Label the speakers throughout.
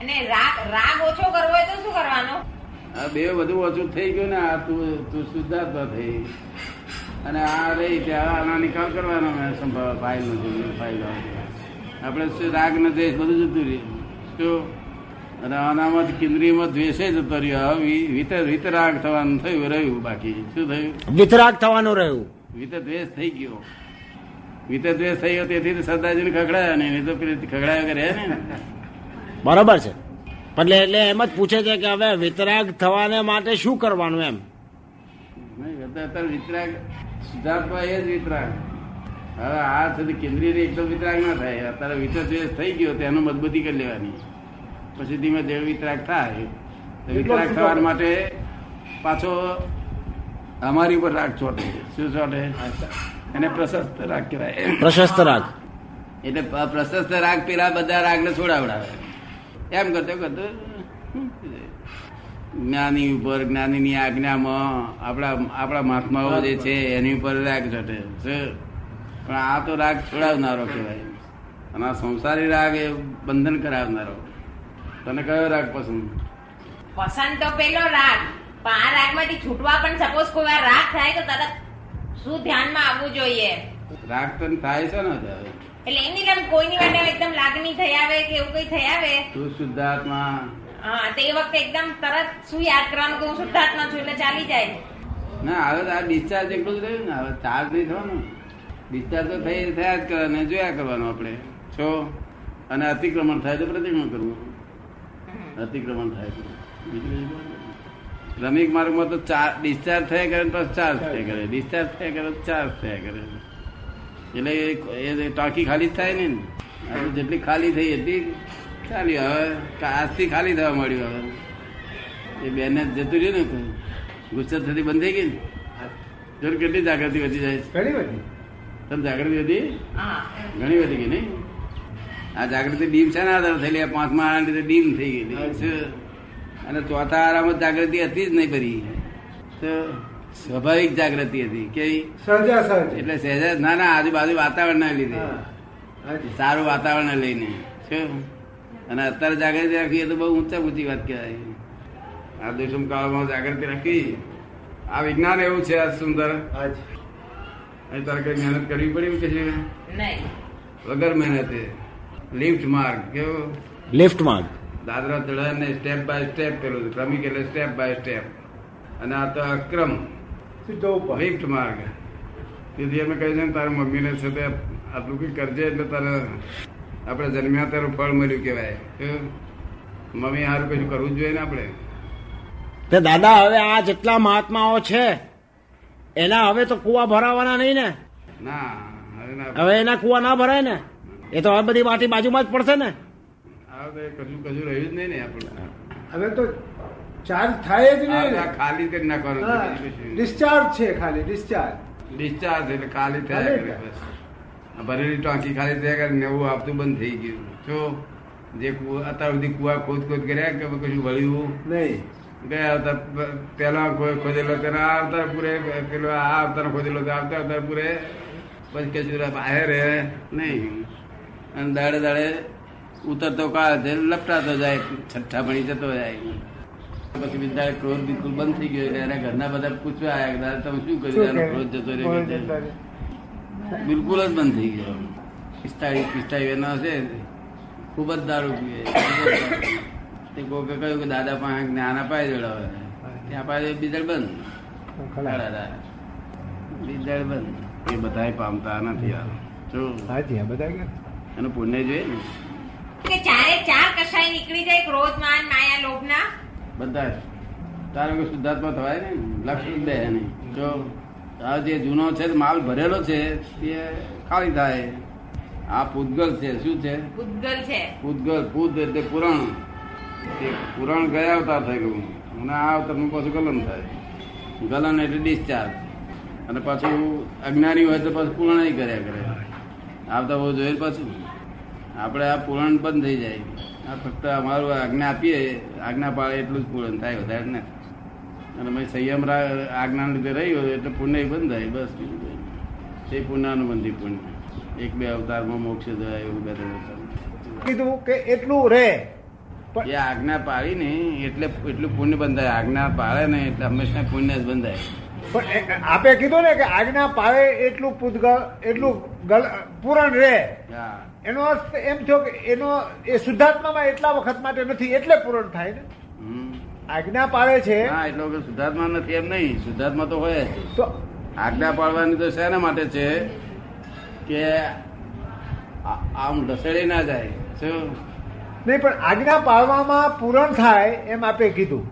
Speaker 1: અને રાગ રાગ ઓછો કરવો હોય તો શું કરવાનો
Speaker 2: આ બે બધું ઓછું થઈ ગયું ને આ તું તું શુદ્ધાત્મા થઈ અને આ રહી ત્યાં આનો નિકાલ કરવાનો મેં સંભાવ ફાઇલ નથી ફાઇલ આપણે શું રાગ ન દ્વેષ બધું જતું રહ્યું શું અને આનામાં જ કેન્દ્રીયમાં દ્વેષે જતો રહ્યો હવે વિ- વિત વિતરાગ થવાનું થયું રહ્યું બાકી શું થયું
Speaker 3: વિતરાગ થવાનું રહ્યું
Speaker 2: વિત દ્વેષ થઈ ગયો વિત દ્વેષ થયો તેથી તો સરદારજીને ખખડાયો નહીં નહીં તો પેલી ખખડાયો કે રહે નહીં ને
Speaker 3: બરાબર છે એટલે એટલે એમ જ પૂછે છે કે હવે વિતરાગ થવાને માટે શું કરવાનું એમ
Speaker 2: નહીં, અત્યારે અત્યારે વિતરાગ શુદ્ધાત્મા એ જ વિતરાગ હવે આ સુધી કેન્દ્રીય એકદમ વિતરાગ ના થાય અત્યારે વિતર દ્વેષ થઈ ગયો તેનું મજબૂતી કરી લેવાની પછી ધીમે ધીમે વિતરાગ થાય તો વિતરાગ થવા માટે પાછો અમારી ઉપર રાગ ચોટે શું ચોટે એને પ્રશસ્ત રાગ કહેવાય
Speaker 3: પ્રશસ્ત રાગ
Speaker 2: એટલે પ- પ્રશસ્ત રાગ પેલા બધા રાગને છોડાવડાવે એમ કરતો કરતો જ્ઞાની ઉપર જ્ઞાનીની આજ્ઞામાં આપણા આપણા મહાત્માઓ જે છે એની ઉપર રાગ ચઢે છે પણ આ તો રાગ છોડાવનારો કહેવાય અને આ સંસારી રાગ એ બંધન કરાવનારો તને કયો રાગ પસંદ
Speaker 1: પસંદ તો પેલો રાગ પણ આ રાગમાંથી છૂટવા પણ સપોઝ કોઈ વાર રાગ થાય તો તરત શું ધ્યાનમાં આવવું જોઈએ
Speaker 2: રાગ તને થાય છે ને ત્યારે?
Speaker 1: એટલે એમ નહીં કે આમ કોઈની માટે એકદમ લાગણી થઈ આવે કે એવું કઈ થઈ આવે
Speaker 2: તું શુદ્ધાત્મા
Speaker 1: હા તે વખતે એકદમ તરત શું યાદ કરવાનું કે હું શુદ્ધાત્મા છું એટલે ચાલી જાય
Speaker 2: ના હવે તો આ ડિસ્ચાર્જ એટલું જ રહ્યું ને હવે ચાર્જ નહીં થવાનું ડિસ્ચાર્જ તો થઈ થયા જ કરવાના જોયા કરવાનું આપણે છો અને અતિક્રમણ થાય તો પ્રતિક્રમણ કરવું અતિક્રમણ થાય તો બીજું કઈ બોલવાનું. શ્રમિક માર્ગમાં તો ચાર ડિસ્ચાર્જ થયા કરે ને પછી ચાર્જ થયા કરે ડિસ્ચાર્જ થયા કરે તો ચાર્જ થયા કરે એટલે એ એ ટાંકી ખાલી જ થાય ને આપણે જેટલી ખાલી થઈ એટલી ચાલી હવે આજથી ખાલી થવા મળ્યું હવે એ બેને જતું રહ્યું ને કોઈ. ગુસ્સે થતી બંધ થઈ ગઈ ને જરૂર કેટલી જાગૃતિ વધી જાય છે?
Speaker 4: ઘણી બધી
Speaker 2: તમે જાગૃતિ વધી
Speaker 1: હા
Speaker 2: ઘણી વધી ગઈ નહીં આ જાગૃતિ ડીમ છે ને આધાર થયેલી આ પાંચમા આરામ લીધે ડીમ થઈ ગયેલી શું? અને ચોથા આરામ જ જાગૃતિ હતી જ નહીં ફરી તો સ્વાભાવિક જાગૃતિ હતી કેવી
Speaker 4: સહજા સહજ
Speaker 2: એટલે સહેજા ના ના આજુબાજુ વાતાવરણના લીધે
Speaker 4: હા. હાજી.
Speaker 2: સારું વાતાવરણ લઈને શું? અને અત્યારે જાગૃતિ રાખવી એ તો બહુ ઊંચા ઊંચી વાત કહેવાય આ દુષ્મ કાળમાં જાગૃતિ રાખવી આ વિજ્ઞાન એવું છે આ સુંદર
Speaker 4: હાજી.
Speaker 2: અહીં તારે કઈ મહેનત કરવી પડી એમ કે છે?
Speaker 1: નહીં
Speaker 2: વગર મહેનતે લિફ્ટ માર્ગ કેવો
Speaker 3: લિફ્ટ માર્ગ
Speaker 2: દાદરા ચઢાને સ્ટેપ બાય સ્ટેપ પેલું છે ક્રમિક એટલે સ્ટેપ બાય સ્ટેપ અને આ તો અક્રમ
Speaker 4: સીધો ઉપર
Speaker 2: લિફ્ટ માર્ગ તેથી અમે કહી છે ને તારા મમ્મીને છે તે આટલું કંઈ કરજે એટલે તારે આપણે જન્મ્યા તારું ફળ મળ્યું કહેવાય શું? મમ્મી હારું કશું કરવું જ જોઈએ ને આપણે
Speaker 3: તે દાદા હવે આ જેટલા મહાત્માઓ છે એના હવે તો કુવા ભરાવાના નહીં ને
Speaker 2: ના હવે ના
Speaker 3: હવે એના કુવા ના ભરાય ને એ તો હવે બધી માટી બાજુમાં જ પડશે ને
Speaker 2: હવે તો કશું કશું રહ્યું જ નહીં ને આપણું
Speaker 4: હવે તો ચાર્જ થાય જ
Speaker 2: આ
Speaker 4: નહીં
Speaker 2: તો આ ખાલી કરી નાખવાનું છે,
Speaker 4: હા.
Speaker 2: બીજું કશું.
Speaker 4: ડિસ્ચાર્જ છે ખાલી ડિસ્ચાર્જ
Speaker 2: ડિસ્ચાર્જ એટલે ખાલી થયા
Speaker 4: ખાલી
Speaker 2: કરે બસ આ ભરેલી ટાંકી ખાલી થયા કરે નવું આપતું બંધ થઈ ગયું જો જે કુવા અત્યાર સુધી કુવા ખોદ ખોદ કર્યા કે કશું વળ્યું
Speaker 4: નહીં
Speaker 2: ગયા અવતાર પ- પહેલા ખો- ખોદેલો તેને આ અવતાર પૂરે પેલો આ અવતાર ખોદેલો તે આવતા અવતાર પૂરે પછી કચુરા બહાર રહે નહીં અને દાડે દાડે ઉતરતો કાળ છે લપટાતો જાય છઠ્ઠા ભણી જતો જાય પછી બીજા દાડે ક્રોધ બિલકુલ બંધ થઈ ગયો એટલે એના ઘરના બધા પૂછવા આવ્યા કે દાદા તમે શું કર્યું એનો ક્રોધ જતો રહ્યો કે છે? બિલકુલ જ બંધ થઈ ગયો પિસ્તાળીસ પિસ્તાળીસ એનો હશે ખૂબ જ દારૂ પીએ તે કોકે કહ્યું કે દાદા પાસે જ્ઞાન અપાય જોડાવે ત્યાં પાસે બીજળ બંધ બીજળ બંધ એ બધાય પામતા નથી આ. જો
Speaker 4: હાજી હા બધા ગયા
Speaker 2: એનું પુણ્ય જોઈએ ને
Speaker 1: કે ચારે ચાર કશાય નીકળી જાય ક્રોધ માન માયા લોભના
Speaker 2: બધા જ. તારે કોઈ શુદ્ધાત્મા થવાય ને લક્ષ દે નહીં જો આ જે જૂનો છે તે માલ ભરેલો છે તે ખાલી થાય આ પૂતગલ છે શું છે
Speaker 1: ઉદ્ગલ છે
Speaker 2: પૂતગલ પૂત એટલે પુરાણ તે પુરાણ ગયા અવતાર થાય ગયું અને આ અવતારનું પાછું ગલન થાય ગલન એટલે ડિસ્ચાર્જ અને પાછું અજ્ઞાની હોય તો પાછું પૂર્ણ કર્યા કરે આવતા બહુ જોઈએ પાછું આપણે આ પૂરણ બંધ થઈ જાય આ ફક્ત અમારું આ આજ્ઞા આપીએ આજ્ઞા પાળે એટલું જ પૂરણ થાય વધારે ને અને પછી સંયમ રા- આજ્ઞાને લીધે રહી હોય એટલે પુણ્ય બંધ થાય બસ બીજું કંઈ નહીં. તે પુણ્યાનુબંધી પુણ્ય એક બે અવતારમાં મોક્ષ થાય એવું બે ત્રણ અવતારમાં
Speaker 4: કીધું કે એટલું રે પણ-
Speaker 2: એ આજ્ઞા પાડી ને એટલે એટલું પુણ્ય બંધાય આજ્ઞા પાળે ને એટલે હંમેશા પુણ્ય જ બંધાય
Speaker 4: પણ એ- આપે કીધું ને કે આજ્ઞા પાળે એટલું પૂતગળ એટલું ગલ પૂરણ રહે
Speaker 2: હા
Speaker 4: એનો અર્થ એમ થયો કે એનો એ શુદ્ધાત્મામાં એટલા વખત માટે નથી એટલે પૂરણ થાય ને
Speaker 2: હમ.
Speaker 4: આજ્ઞા પાળે છે
Speaker 2: હા એટલો કે શુદ્ધાત્મા નથી એમ નહીં શુદ્ધાત્મા તો હોય જ
Speaker 4: તો
Speaker 2: આજ્ઞા પાડવાની તો શેના માટે છે કે આ- આમ ઢસેડી ના જાય શું
Speaker 4: નહીં પણ આજ્ઞા પાળવામાં પૂરણ થાય એમ આપે કીધું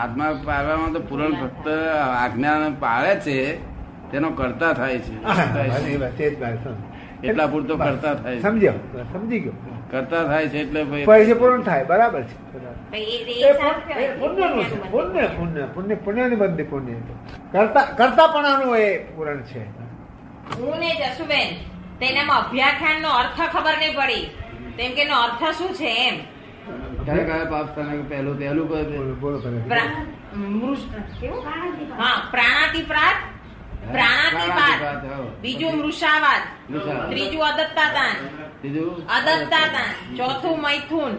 Speaker 2: આત્મા પાડવામાં તો પૂરણ ફક્ત આજ્ઞા પાળે છે તેનો કરતા થાય
Speaker 4: એ
Speaker 2: છે
Speaker 4: વાત, એ જ વાત, હમ.
Speaker 2: એટલા પૂરતો કરતા થાય છે.
Speaker 4: સમજ્યો સમજી ગયો
Speaker 2: કરતા થાય છે એટલે ભાઈ-
Speaker 4: પૈસે પૂરણ થાય બરાબર છે બરાબર.
Speaker 1: તો એ- એ
Speaker 4: એ
Speaker 1: સારું
Speaker 4: પુણ-
Speaker 1: કહેવાય.
Speaker 4: એ પુણ્યનું છે
Speaker 1: પુણ્યનું
Speaker 4: પુણ્ય
Speaker 1: બંધન.
Speaker 4: પુણ્ય પુણ્ય પુણ્યની બંધી પુણ્ય કરતા કરતાપણાનું એ પૂરણ છે
Speaker 1: હું ને જસુબેન તેનામાં અભ્યાખ્યાન નો અર્થ ખબર નહીં પડી તેમ કે એનો અર્થ શું છે એમ
Speaker 2: ક્યારે કયા પાપ સ્થાને પહેલું પહેલું કહે છે?
Speaker 4: બોલો બોલો
Speaker 1: પ્રા- મૃષ- કેવું? હા પ્રાણાતિપ્રાત પ્રાણાતિપાત
Speaker 2: પ્રાણાતિપાત, હા.
Speaker 1: બીજું મૃષાવાદ
Speaker 2: મૃષાવાદ.
Speaker 1: ત્રીજું અદત્તાદાન
Speaker 2: બીજું
Speaker 1: અદત્તાદાન ચોથું મૈથુન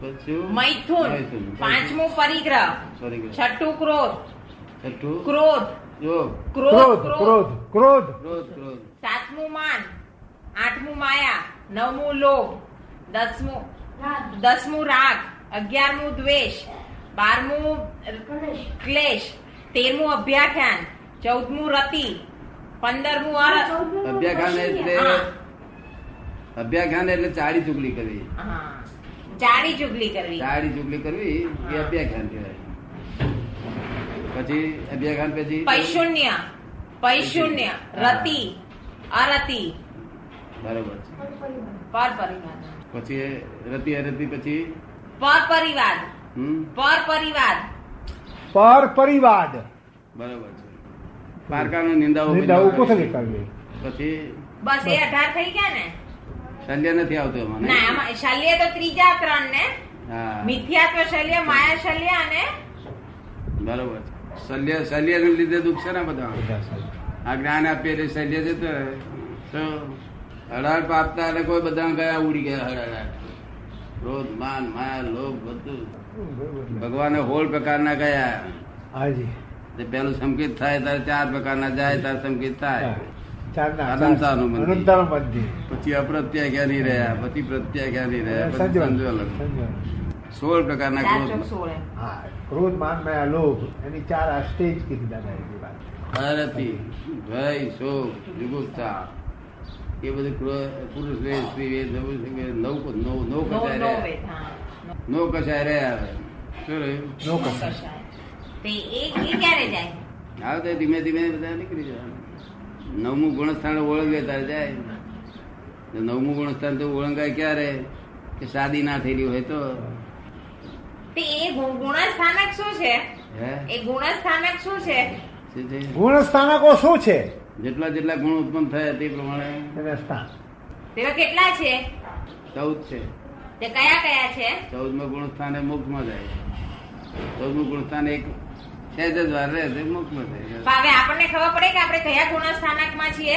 Speaker 2: પછી
Speaker 1: મૈથુન પાંચમું પરિગ્રહ
Speaker 2: Sorry, guys.
Speaker 1: છઠ્ઠું ક્રોધ
Speaker 2: છઠ્ઠું
Speaker 1: ક્રોધ
Speaker 2: યોગ
Speaker 1: ક્રોધ
Speaker 4: ક્રોધ ક્રોધ ક્રોધ
Speaker 2: ક્રોધ ક્રોધ
Speaker 1: સાતમું માન આઠમું માયા નવમું લોભ દસમું દસમું રાગ અગિયારમું દ્વેષ બારમું ક્લેશ તેરમું અભ્યાખ્યાન ચૌદમું રતિ પંદરમું અર
Speaker 2: અભ્યાખાન એટલે
Speaker 1: હા.
Speaker 2: અભ્યાખાન એટલે ચાડી ચુગલી કરવી
Speaker 1: હા. ચારી ચુગલી કરવી
Speaker 2: ચાડી ચુગલી કરવી એ અભ્યાખાન કહેવાય પછી અભ્યાખાન પછી
Speaker 1: પૈશુન્ય પૈશુન્ય રતિ અરતિ
Speaker 2: બરોબર છે
Speaker 1: પર પરિવાર
Speaker 2: પછી એ રતિ અરતિ પછી
Speaker 1: પર પરિવાર
Speaker 2: હમ
Speaker 1: પર પરિવાર
Speaker 4: પર પરિવાદ
Speaker 2: બરોબર છે પારકાનો નિંદાઓ
Speaker 4: નિંદા
Speaker 2: વિના
Speaker 4: ઉપોષણ
Speaker 2: કરવી.
Speaker 4: કરવી
Speaker 2: પછી
Speaker 1: બસ એ અઢાર થઈ ગયા ને
Speaker 2: શલ્ય નથી આવતો એમાં ને?
Speaker 1: ના આમાં શલ્ય તો ત્રીજા ત્રણ ને
Speaker 2: હા
Speaker 1: મિથ્યાત્વ શલ્ય માયા શલ્ય અને
Speaker 2: બરોબર છે શલ્ય શલ્યને લીધે દુઃખ છે ને બધા આ જ્ઞાન આપીએ એટલે શલ્ય જતો રહે. તો હળહળ પામતા અને કોઈ બધા ગયા ઉડી ગયા હળહળ ક્રોધ માન માયા લોભ બધું ભગવાને હોળ પ્રકારના ગયા
Speaker 4: હાજી
Speaker 2: તે પેલું સંકેત થાય ત્યારે ચાર પ્રકારના જાય ત્યારે સંકેત થાય
Speaker 4: ચારના
Speaker 2: અનંતાનું મંદિર.
Speaker 4: અનંતાનું મંદિર
Speaker 2: પછી અપ્રત્યાજ્ઞાની રહ્યા પછી પ્રત્યાજ્ઞાની રહ્યા પછી
Speaker 4: સંજોગ.
Speaker 2: સંજોલક
Speaker 4: સંજોગ.
Speaker 2: સોળ પ્રકારના
Speaker 1: ચાર ચોક
Speaker 2: ક્રોધ
Speaker 1: સોળ એમ.
Speaker 4: હા ક્રોધ માન માયા લોભ એની ચાર આ સ્ટેજ કીધી દાદા એની વાત
Speaker 2: ભારતી ભય શોક જુગુપ્તા એ બધું ક્રો- પુરુષ વેદ સ્ત્રી વેદ નવ નવ નવ
Speaker 1: નો
Speaker 2: કચાય
Speaker 1: નો
Speaker 2: રહ્યા
Speaker 1: વેદ હા
Speaker 2: નો કચાય રહ્યા હવે. શું રહ્યું
Speaker 1: નો
Speaker 4: નો કસાય.
Speaker 1: કશાય. તે એ એ ક્યારે જાય
Speaker 2: આવે તો ધીમે ધીમે બધા નીકળી જવાનું નવમું ગુણસ્થાન ઓળંગે ત્યારે જાય તો નવમું ગુણસ્થાન તો ઓળંગાય ક્યારે કે શાદી ના થયેલી હોય તો
Speaker 1: તે એ ગુ- ગુણસ્થાનક શું છે
Speaker 2: હે
Speaker 1: એ ગુણસ્થાનક શું છે
Speaker 2: શું છે?
Speaker 4: ગુણ સ્થાનકો શું છે
Speaker 2: જેટલા જેટલા ગુણ ઉત્પન્ન થયા તે પ્રમાણે
Speaker 4: એના સ્થાન
Speaker 1: તેવા કેટલા છે
Speaker 2: ચૌદ છે
Speaker 1: તે કયા કયા છે
Speaker 2: ચૌદમું ગુણસ્થાન એ મોક્ષમાં જાય ચૌદમું ગુણસ્થાન એક છે જ વાર રહે તે મોક્ષમાં
Speaker 1: પણ
Speaker 2: જાય
Speaker 1: હવે આપણને ખબર પડે કે આપણે કયા ગુણસ્થાનકમાં છીએ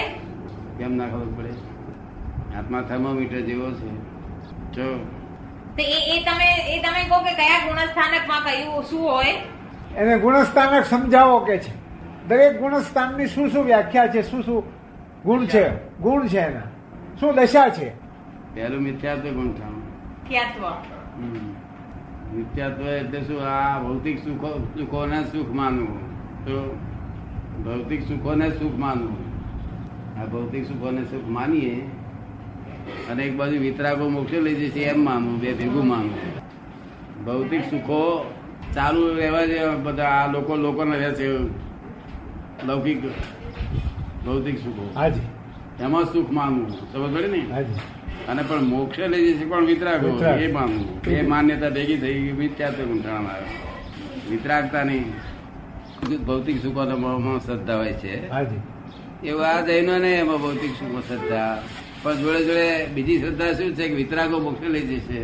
Speaker 2: કેમ ના ખબર પડે હાથમાં થર્મોમીટર જેવો છે જો
Speaker 1: તે એ એ તમે એ તમે કહો કે કયા ગુણસ્થાનકમાં કયું શું હોય
Speaker 4: એને ગુણસ્થાનક સમજાવો કે છે દરેક ગુણસ્થાનની શું શું વ્યાખ્યા છે શું શું ગુણ છે ગુણ છે એના શું દશા છે
Speaker 2: પહેલું મિથ્યાત્વ ગુણસ્થાન
Speaker 1: ક્યાત્વ
Speaker 2: હમ. નિત્યત્વ એટલે શું આ ભૌતિક સુખો સુખોને સુખ માનવું તો ભૌતિક સુખોને સુખ માનવું આ ભૌતિક સુખોને સુખ માનીએ અને એક બાજુ વિતરાગો મોક્ષે લઈ જશે એમ માનવું બે ભેગું માનવું ભૌતિક સુખો ચાલુ રહેવા જેવા બધા આ લોકો લોકોને રહે છે લૌકિક ભૌતિક સુખો
Speaker 4: હાજી
Speaker 2: એમાં સુખ માનવું સમજ પડે ને
Speaker 4: હાજી
Speaker 2: અને પણ મોક્ષ લઈ જશે પણ વિતરાગો
Speaker 4: વિતરાગ.
Speaker 2: એ માનવું એ માન્યતા ભેગી થઈ ગઈ મિથ્યાત્વ ગુંઠાણમાં આવે વિતરાગતાની ભૌતિક સુખોનો બહુમાં શ્રદ્ધા હોય છે
Speaker 4: હાજી
Speaker 2: એવું આ જૈનો ને એમાં ભૌતિક સુખો શ્રદ્ધા પણ જોડે જોડે બીજી શ્રદ્ધા શું છે કે વિતરાગો મોક્ષ લઈ જશે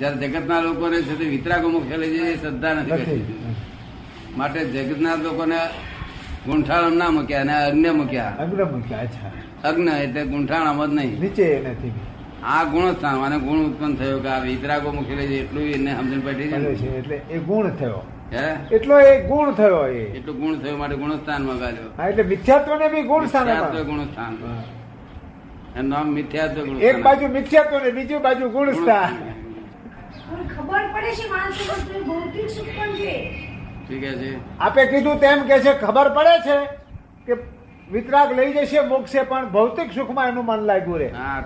Speaker 2: જયારે જગતના લોકોને છે તે વિતરાગો મોક્ષ લઈ જશે એ શ્રદ્ધા નથી
Speaker 4: નથી
Speaker 2: કરતી. માટે જગતના લોકોને ગુંઠાણ ના મૂક્યા અને અગ્ન મૂક્યા
Speaker 4: અગ્ર મૂક્યા અચ્છા
Speaker 2: અગ્ન એટલે ગુંઠાણામાં જ નહીં
Speaker 4: નીચે નથી
Speaker 2: આ ગુણસ્થાન અને ગુણ ઉત્પન્ન થયો કે આ વિતરાગો મૂકેલો છે એટલું એને સમજણ પડી
Speaker 4: પડે
Speaker 2: છે
Speaker 4: છે એટલે એ ગુણ થયો
Speaker 2: હે
Speaker 4: એટલો એ ગુણ થયો એ
Speaker 2: એટલું ગુણ થયો માટે ગુણસ્થાન મગાડ્યો
Speaker 4: હા એટલે મિથ્યાત્વને બી ગુણ સ્થાને
Speaker 2: મિથ્યાત્વ
Speaker 4: માં.
Speaker 2: ગુણસ્થાન
Speaker 4: હા.
Speaker 2: એનું નામ મિથ્યાત્વ ગુણસ્થાન
Speaker 4: એક બાજુ મિથ્યાત્વ ને બીજી બાજુ ગુણ સ્થાન
Speaker 5: પણ ખબર પડે છે માણસો બધું ભૌતિક સુખ પણ જોઈએ
Speaker 2: શું કહે છે
Speaker 4: આપે કીધું તેમ કે છે ખબર પડે છે કે વિતરાગ લઈ જશે મોક્ષે પણ ભૌતિક સુખમાં એનું મન લાગ્યું રહે
Speaker 2: હા